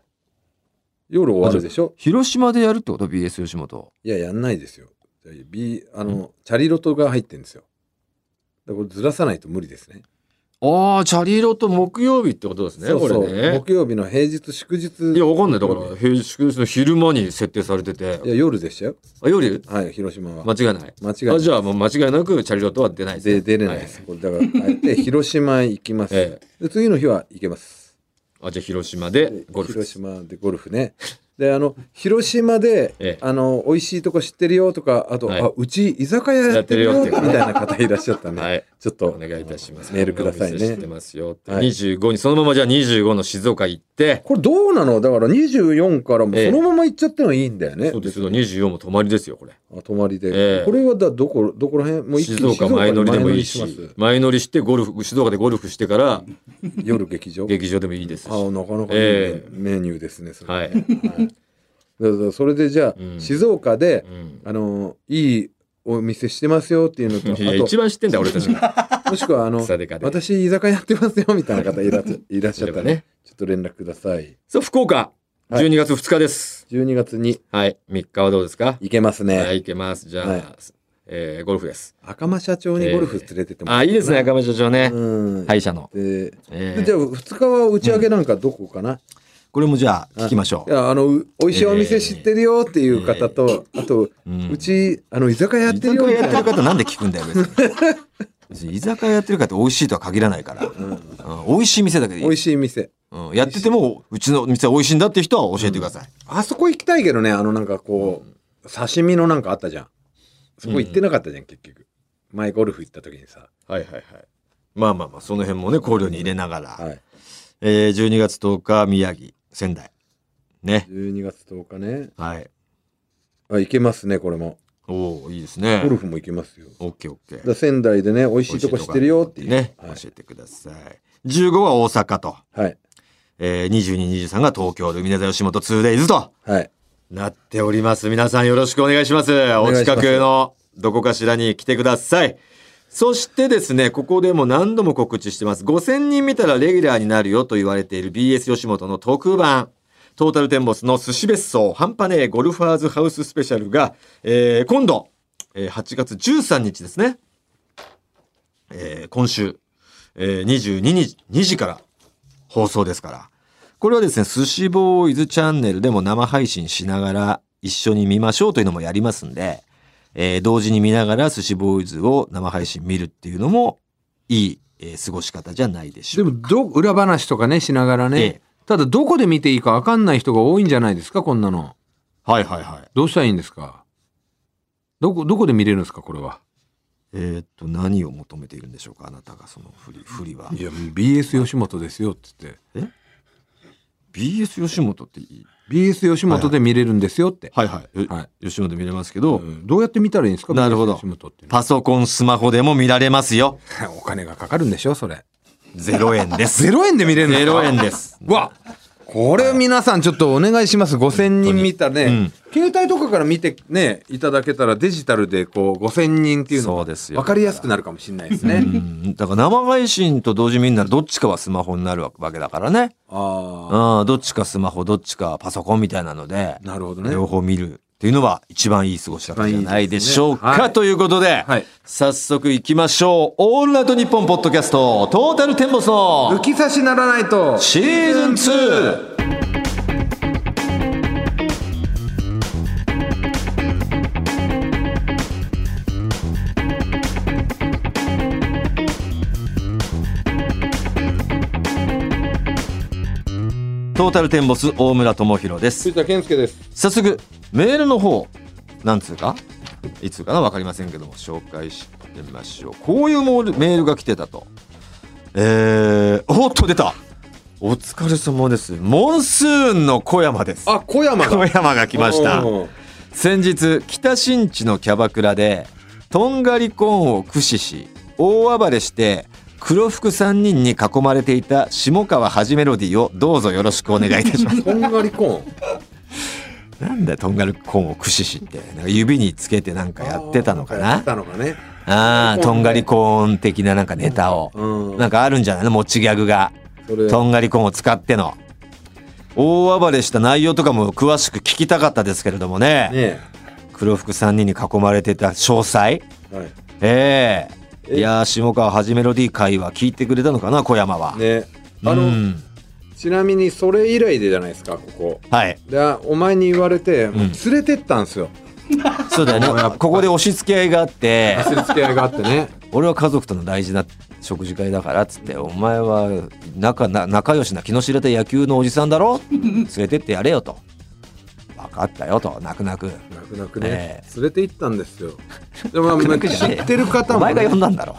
Speaker 2: 夜終わるでしょ
Speaker 1: 広島でやるってこと ?BS 吉本。
Speaker 2: いや、やんないですよ。B、あの、チャリロトが入ってるんですよ。だからこれずらさないと無理ですね。
Speaker 1: ああ、チャリ色と木曜日ってことですね、
Speaker 2: そうそう
Speaker 1: これね。
Speaker 2: 木曜日の平日祝日
Speaker 1: いや、わかんない。だから、平日の昼間に設定されてて。
Speaker 2: いや夜でしたよ
Speaker 1: あ、夜
Speaker 2: はい広島は
Speaker 1: 間違いない。
Speaker 2: 間違い
Speaker 1: あ
Speaker 2: ない
Speaker 1: じゃあもう間違いなくチャリロットは出ないですね、
Speaker 2: で出れないです、これだから 帰って広島行きます、
Speaker 1: え
Speaker 2: で次の日は行けます
Speaker 1: はいあじゃあ広島でゴルフで
Speaker 2: 広
Speaker 1: す
Speaker 2: 島でゴルフねであの広島で、
Speaker 1: ええ
Speaker 2: あの美味しいとこ知ってるよとかあと、
Speaker 1: はい
Speaker 2: あうち居酒屋やってるよ
Speaker 1: やっ
Speaker 2: み
Speaker 1: てるよって
Speaker 2: た
Speaker 1: いう
Speaker 2: いな方いらっしゃったね、
Speaker 1: はい
Speaker 2: ちょっと
Speaker 1: お願いいたします
Speaker 2: メールくださ
Speaker 1: お
Speaker 2: いね
Speaker 1: 店知ってますよって、
Speaker 2: はい
Speaker 1: 25にそのままじゃあ25の静岡行って
Speaker 2: これどうなのだから24からも
Speaker 1: ええ
Speaker 2: そのまま行っちゃってもいいんだよね、
Speaker 1: そうですよ24も泊まりですよこれ
Speaker 2: あ泊まりで、
Speaker 1: ええ
Speaker 2: これはだどこどこら辺もう一気
Speaker 1: 静
Speaker 2: に
Speaker 1: 岡前乗りでもいい
Speaker 2: 前乗りしま
Speaker 1: し
Speaker 2: す
Speaker 1: 前乗りしてゴルフ静岡でゴルフしてから
Speaker 2: 夜劇場
Speaker 1: 劇場でもいいですし
Speaker 2: ああなかなかいいね、
Speaker 1: ええ
Speaker 2: メニューですねそれ、
Speaker 1: はい、
Speaker 2: だからそれでじゃあ、
Speaker 1: うん
Speaker 2: 静岡で
Speaker 1: う、ん
Speaker 2: あのいいお店してますよっていうのと
Speaker 1: いや一
Speaker 2: あ
Speaker 1: 番知ってんだ俺たちが
Speaker 2: ともしくはあの
Speaker 1: 草でかで
Speaker 2: 私居酒屋やってますよみたいな方いらっしゃいらっしゃった
Speaker 1: いれば
Speaker 2: ら、
Speaker 1: ね
Speaker 2: ね、ちょっと連絡ください
Speaker 1: そう福岡
Speaker 2: はい
Speaker 1: 12月2日です
Speaker 2: 12月に
Speaker 1: はい、3日はどうですか
Speaker 2: 行けますね、
Speaker 1: はい行けますじゃあ、
Speaker 2: はい
Speaker 1: えーゴルフです
Speaker 2: 赤間社長にゴルフ連れてってもら
Speaker 1: あ
Speaker 2: う
Speaker 1: いいですね赤間社長ね、
Speaker 2: うん、
Speaker 1: 歯医者の
Speaker 2: で
Speaker 1: え
Speaker 2: でじゃあ2日は打ち上げなんかどこかな、
Speaker 1: これもじゃあ聞きましょ
Speaker 2: いやあのう美味しいお店知ってるよっていう方と、あと、
Speaker 1: う。
Speaker 2: う
Speaker 1: うち
Speaker 2: ちあの居酒屋やっ
Speaker 1: 居
Speaker 2: て
Speaker 1: 酒
Speaker 2: るよ
Speaker 1: 屋
Speaker 2: み
Speaker 1: や
Speaker 2: た
Speaker 1: ってる
Speaker 2: いな
Speaker 1: 方なんで聞くんだよ別に。別に居酒屋やってる方美味しいとは限らないから、うん美味しい店だけでいい
Speaker 2: 美味しい店
Speaker 1: うん、やっててもうちの店は美味しいんだって人は教えてください、
Speaker 2: あそこ行きたいけどね、あのなんかこう、刺身のなんかあったじゃん。そこ行ってなかったじゃん、結局。前ゴルフ行った時にさ。
Speaker 1: はいはいはいまあまあまあその辺もね考慮に入れながら、
Speaker 2: はい。
Speaker 1: えー、12月10日宮城仙台ね
Speaker 2: 12月10日ね。
Speaker 1: はい
Speaker 2: あ、行けますね、これも。
Speaker 1: おおいいですね
Speaker 2: ゴルフも行けますよ。
Speaker 1: オッケーオッケー
Speaker 2: だ仙台でね、美味しいとこ知ってるよっていう。
Speaker 1: ね、
Speaker 2: はい。
Speaker 1: 教えてください15は大阪と、
Speaker 2: はい。
Speaker 1: えー、2223が東京ルミネ座吉本 2days と
Speaker 2: はい。
Speaker 1: なっております。皆さんよろしくお願いします。お
Speaker 2: 願いします
Speaker 1: 近くのどこかしらに来てください。そしてですね、ここでも何度も告知してます。5000人見たらレギュラーになるよと言われている BS 吉本の特番。トータルテンボスの寿司別荘半端ねえゴルファーズハウススペシャルが、えー今度、えー8月13日ですね。えー今週、えー22日、2時から放送ですから。これはですね、寿司ボーイズチャンネルでも生配信しながら一緒に見ましょうというのもやりますんで、えー同時に見ながら寿司ボーイズを生配信見るっていうのもいい、えー過ごし方じゃないでし
Speaker 2: で
Speaker 1: ょう
Speaker 2: も、ど、裏話とかね、しながらね、
Speaker 1: ええ
Speaker 2: ただどこで見ていいか分かんない人が多いんじゃないですかこんなの
Speaker 1: はいはいはい。
Speaker 2: どうしたらいいんですかどこどこで見れるんですかこれは。
Speaker 1: えーっと、何を求めているんでしょうか、あなたがその振り、振りはい
Speaker 2: や BS 吉本ですよって言って
Speaker 1: BS 吉本っていい。
Speaker 2: BS 吉本で見れるんですよって、
Speaker 1: はいはい。
Speaker 2: は
Speaker 1: 吉本見れますけど、
Speaker 2: うんどうやって見たらいいんですか
Speaker 1: なるほど
Speaker 2: BS 吉本っていうのは
Speaker 1: パソコン、スマホでも見られますよ。
Speaker 2: お金がかかるんでしょそれ
Speaker 1: 0円 です。
Speaker 2: 0円で見れるんですか
Speaker 1: 0円です。
Speaker 2: わこれ皆さんちょっとお願いします5,000人見たね、
Speaker 1: うん
Speaker 2: 携帯とかから見てねいただけたらデジタルでこう5,000人っていうの
Speaker 1: そ
Speaker 2: が
Speaker 1: うですよ。
Speaker 2: 分かりやすくなるかもしれないです
Speaker 1: う
Speaker 2: ね。
Speaker 1: んだから生配信と同時にみんなどっちかはスマホになるわけだからね。
Speaker 2: あ
Speaker 1: うん、どっちかスマホ、どっちかパソコンみたいなので
Speaker 2: あ、なるほどね。
Speaker 1: 両方見るっていうのは一番いい過ごし方じゃないでしょう
Speaker 2: 一番いいですねは
Speaker 1: か。
Speaker 2: い
Speaker 1: ということで、
Speaker 2: はい
Speaker 1: 早速行きましょう。オールナイトニッポンポッドキャスト、トータルテンボスの
Speaker 2: 浮き差しならないと
Speaker 1: シーズン 2! トータルテンボス大村智弘です。
Speaker 2: 藤田健介です。
Speaker 1: 早速メールの方なんつうかいつかな分かりませんけども紹介してみましょうこういうモールメールが来てたとえー、おっと出たお疲れ様ですモンスーンの小山です
Speaker 2: あ小山
Speaker 1: 小
Speaker 2: が
Speaker 1: 山が来ました
Speaker 2: おー
Speaker 1: 先日北新地のキャバクラでとんがりコーンを駆使し大暴れして黒服3人に囲まれていた下川はじメロディーをどうぞよろしくお願いいたします
Speaker 2: とんがりコーン。
Speaker 1: なんだよとんがりコーンを駆使しってなんか指につけてなんかやってたのか
Speaker 2: や
Speaker 1: な
Speaker 2: ってたのかね。
Speaker 1: ああーとんがりコーン的ななんかネタを
Speaker 2: うん。
Speaker 1: なんかあるんじゃないの持ちギャグが
Speaker 2: それ
Speaker 1: とんがりコーンを使っての大暴れした内容とかも詳しく聞きたかったですけれどもね
Speaker 2: ね
Speaker 1: 黒服3人に囲まれてた詳細
Speaker 2: えはい
Speaker 1: ええ
Speaker 2: え
Speaker 1: いやー下川はじめロディ会は聞いてくれたのかな小山は、
Speaker 2: ね
Speaker 1: う
Speaker 2: あの、
Speaker 1: ん
Speaker 2: ちなみにそれ以来でじゃないですかここ。
Speaker 1: はい
Speaker 2: でお前に言われて、もう連れてったんですよ。
Speaker 1: そうだよねここで押し付け合いがあって
Speaker 2: すれ付き合いがあっ てね。
Speaker 1: 俺は家族との大事な食事会だからっつってお前は仲な仲良しな気の知れた野球のおじさんだろ連れてってやれよと分かったよと泣く泣く
Speaker 2: 泣く泣くね
Speaker 1: え、
Speaker 2: 連れて行ったんですよ。でも まあ
Speaker 1: くじ
Speaker 2: 知
Speaker 1: ゃねえ
Speaker 2: ってる方
Speaker 1: お
Speaker 2: も
Speaker 1: 前が
Speaker 2: ね、
Speaker 1: 呼んだんだろ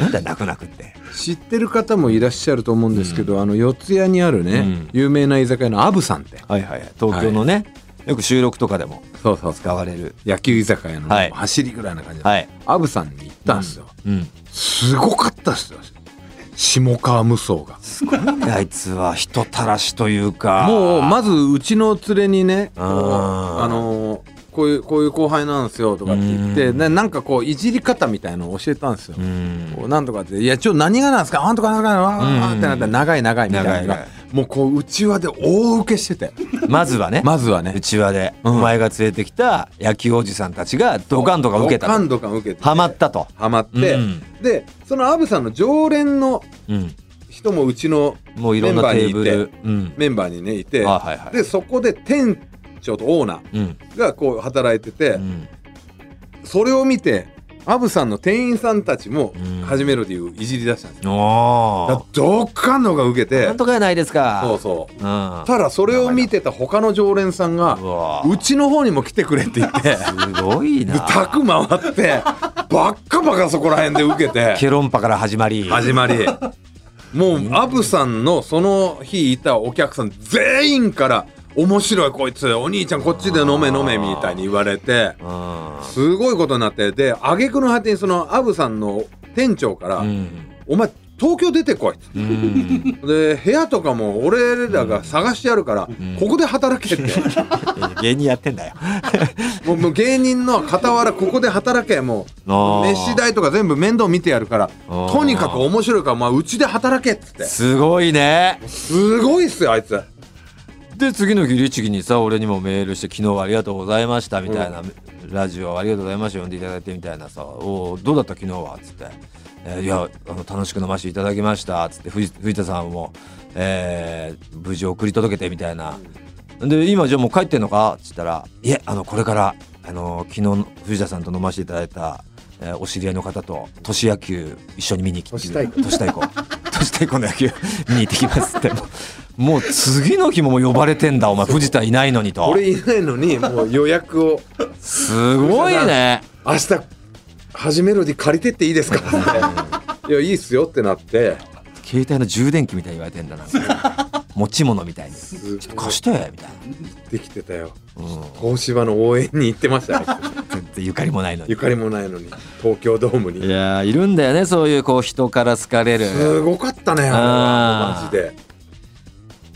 Speaker 1: なんだよ泣く泣くって
Speaker 2: 知ってる方もいらっしゃると思うんですけど、あの四谷にあるね、
Speaker 1: うん
Speaker 2: 有名な居酒屋のアブさんって、
Speaker 1: はいはいはい東京のね、よく収録とかでも
Speaker 2: そうそう
Speaker 1: 使われる
Speaker 2: 野球居酒屋の、
Speaker 1: はい
Speaker 2: 走りぐらいな感じで、
Speaker 1: はい
Speaker 2: アブさんに行ったんですよ。
Speaker 1: うん
Speaker 2: すごかったですよ。下川無双が。
Speaker 1: すごいねあいつは人たらしというか
Speaker 2: もうまずうちの連れにね、こう
Speaker 1: あー
Speaker 2: あのーこういうこういう後輩なんですよとかって言って、
Speaker 1: うん
Speaker 2: ねなんかこういじり方みたいのを教えたんですよ。
Speaker 1: うん
Speaker 2: こうなんとかって「いやちょ何がなんですかなんとかなんとかわーわー」ってなったら「長い長い」みたいなの
Speaker 1: 長い
Speaker 2: がもうこううちわで大受けしてて
Speaker 1: まずはね
Speaker 2: まずは
Speaker 1: う
Speaker 2: ね
Speaker 1: ちわで、
Speaker 2: う
Speaker 1: お
Speaker 2: ん
Speaker 1: 前が連れてきた野球おじさんたちがドカンドカン受けた
Speaker 2: ドカ
Speaker 1: と
Speaker 2: ンドカン受けて
Speaker 1: ハマったと、
Speaker 2: ハマって、
Speaker 1: うん
Speaker 2: でそのアブさんの常連の
Speaker 1: うん、
Speaker 2: 人もうちの
Speaker 1: もういろんなテーブル。うん。
Speaker 2: メンバーにねいて
Speaker 1: あはいはい。
Speaker 2: でそこで店長とオーナ
Speaker 1: うん。
Speaker 2: ーがこう働いてて、
Speaker 1: うん。
Speaker 2: それを見てアブさんの店員さんたちも
Speaker 1: うん
Speaker 2: 「はじめろ」でいういじり出したんですよ。
Speaker 1: お
Speaker 2: だから
Speaker 1: ー
Speaker 2: ドカンドカン受けて
Speaker 1: なんとかやないですか。
Speaker 2: そうそう
Speaker 1: うん。た
Speaker 2: ただそれを見てた他の常連さんが
Speaker 1: うわ
Speaker 2: うちの方にも来てくれって言って
Speaker 1: すごいな。
Speaker 2: タク回ってばっかばかそこら辺で受 けて
Speaker 1: ケロンパから始まり。
Speaker 2: 始まりもうアブさんのその日いたお客さん全員から「面白いこいつお兄ちゃんこっちで飲め飲め」みたいに言われてすごいことになってで挙句の果てにそのアブさんの店長から
Speaker 1: うん。う
Speaker 2: 「
Speaker 1: ん。
Speaker 2: お前東京出てこい」
Speaker 1: うん。
Speaker 2: で部屋とかも俺らが探してやるから
Speaker 1: ん
Speaker 2: ここで 働けって。
Speaker 1: 芸人やってん だよ。
Speaker 2: もうもう芸人の傍らここで働けも
Speaker 1: あ
Speaker 2: う
Speaker 1: ー
Speaker 2: 飯代とか全部面倒見てやるから
Speaker 1: あー
Speaker 2: とにかく面白いからまあうちで働けっつって
Speaker 1: すごいね。
Speaker 2: すごいっすよあいつ
Speaker 1: で、次の日、律儀にさ、俺にもメールして、昨日はありがとうございました、みたいな、ラジオありがとうございました、呼んでいただいて、みたいなさ、おお、どうだった昨日はつって、えーいや、あの、楽しく飲ませていただきました、つって、藤藤田さんも、えー無事送り届けて、みたいな。で、今、じゃあもう帰ってんのかつったら、いえ、あの、これから、あの、昨日の、藤田さんと飲ませていただいた、えーお知り合いの方と、都市野球、一緒に見に来て、
Speaker 2: 都市対
Speaker 1: 都市対抗。都市対抗の野球、見に行ってきますって。もう次の日も呼ばれてんだお前藤田いないのにと
Speaker 2: 俺いないのにもう予約を
Speaker 1: すごいね
Speaker 2: 明日初めので借りてっていいですかっていやいいっすよってなって
Speaker 1: 携帯の充電器みたいに言われてんだなんか持ち物みたいにちょっと貸してみたいな
Speaker 2: できてたよ
Speaker 1: うん
Speaker 2: 東芝の応援に行ってましたね
Speaker 1: 全然ゆかりもないのに
Speaker 2: ゆかりもないのに東京ドーム
Speaker 1: い
Speaker 2: に
Speaker 1: やーいるんだよねそういうこう人から好かれる
Speaker 2: すごかったねあれ
Speaker 1: あ
Speaker 2: は
Speaker 1: ー
Speaker 2: マジで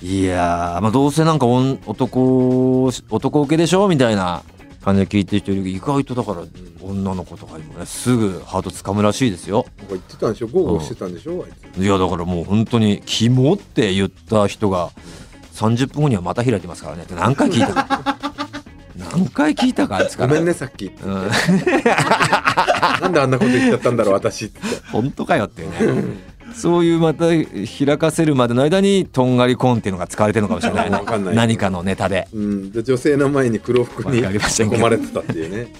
Speaker 1: いやー、まあ、どうせなんかおん男男受けでしょみたいな感じで聞いてる人いるけど意外とだから女の子とかにもねすぐハート掴むらしいですよ
Speaker 2: なんか言ってたんでしょ豪語してたんでしょあいつ
Speaker 1: いやだからもう本当に「キモ」って言った人が30分後にはまた開いてますからねって何回聞いたか 何回聞いたかあいつか
Speaker 2: ご
Speaker 1: ら
Speaker 2: めんねさっき
Speaker 1: うん
Speaker 2: なんであんなこと言っちゃったんだろう私って
Speaker 1: 本当かよっていうねそういうまた開かせるまでの間にとんがりコーンっていうのが使われてるのかもしれない
Speaker 2: わかんない
Speaker 1: 何かのネタで
Speaker 2: うん、で女性の前に黒服に
Speaker 1: わかりませんけ
Speaker 2: 囲
Speaker 1: ど
Speaker 2: まれてたっていうね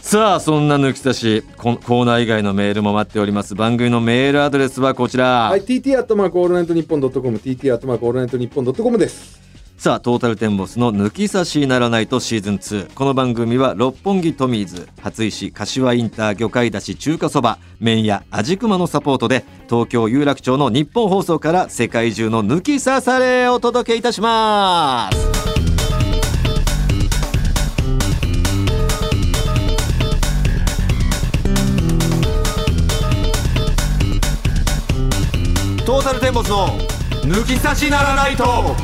Speaker 1: さあそんな抜き差しこコーナー以外のメールも待っております番組のメールアドレスはこちら、
Speaker 2: はい TT アットマークオールナイトニッポンドットコム TT アットマークオールナイトニッポンドットコムです
Speaker 1: さあトータルテンボスの「抜き差しならないと」シーズン2この番組は六本木トミーズ初石柏インター魚介だし中華そば麺屋味熊のサポートで東京有楽町の日本放送から世界中の抜き差されをお届けいたしますトータルテンボスの「抜き差しならないと」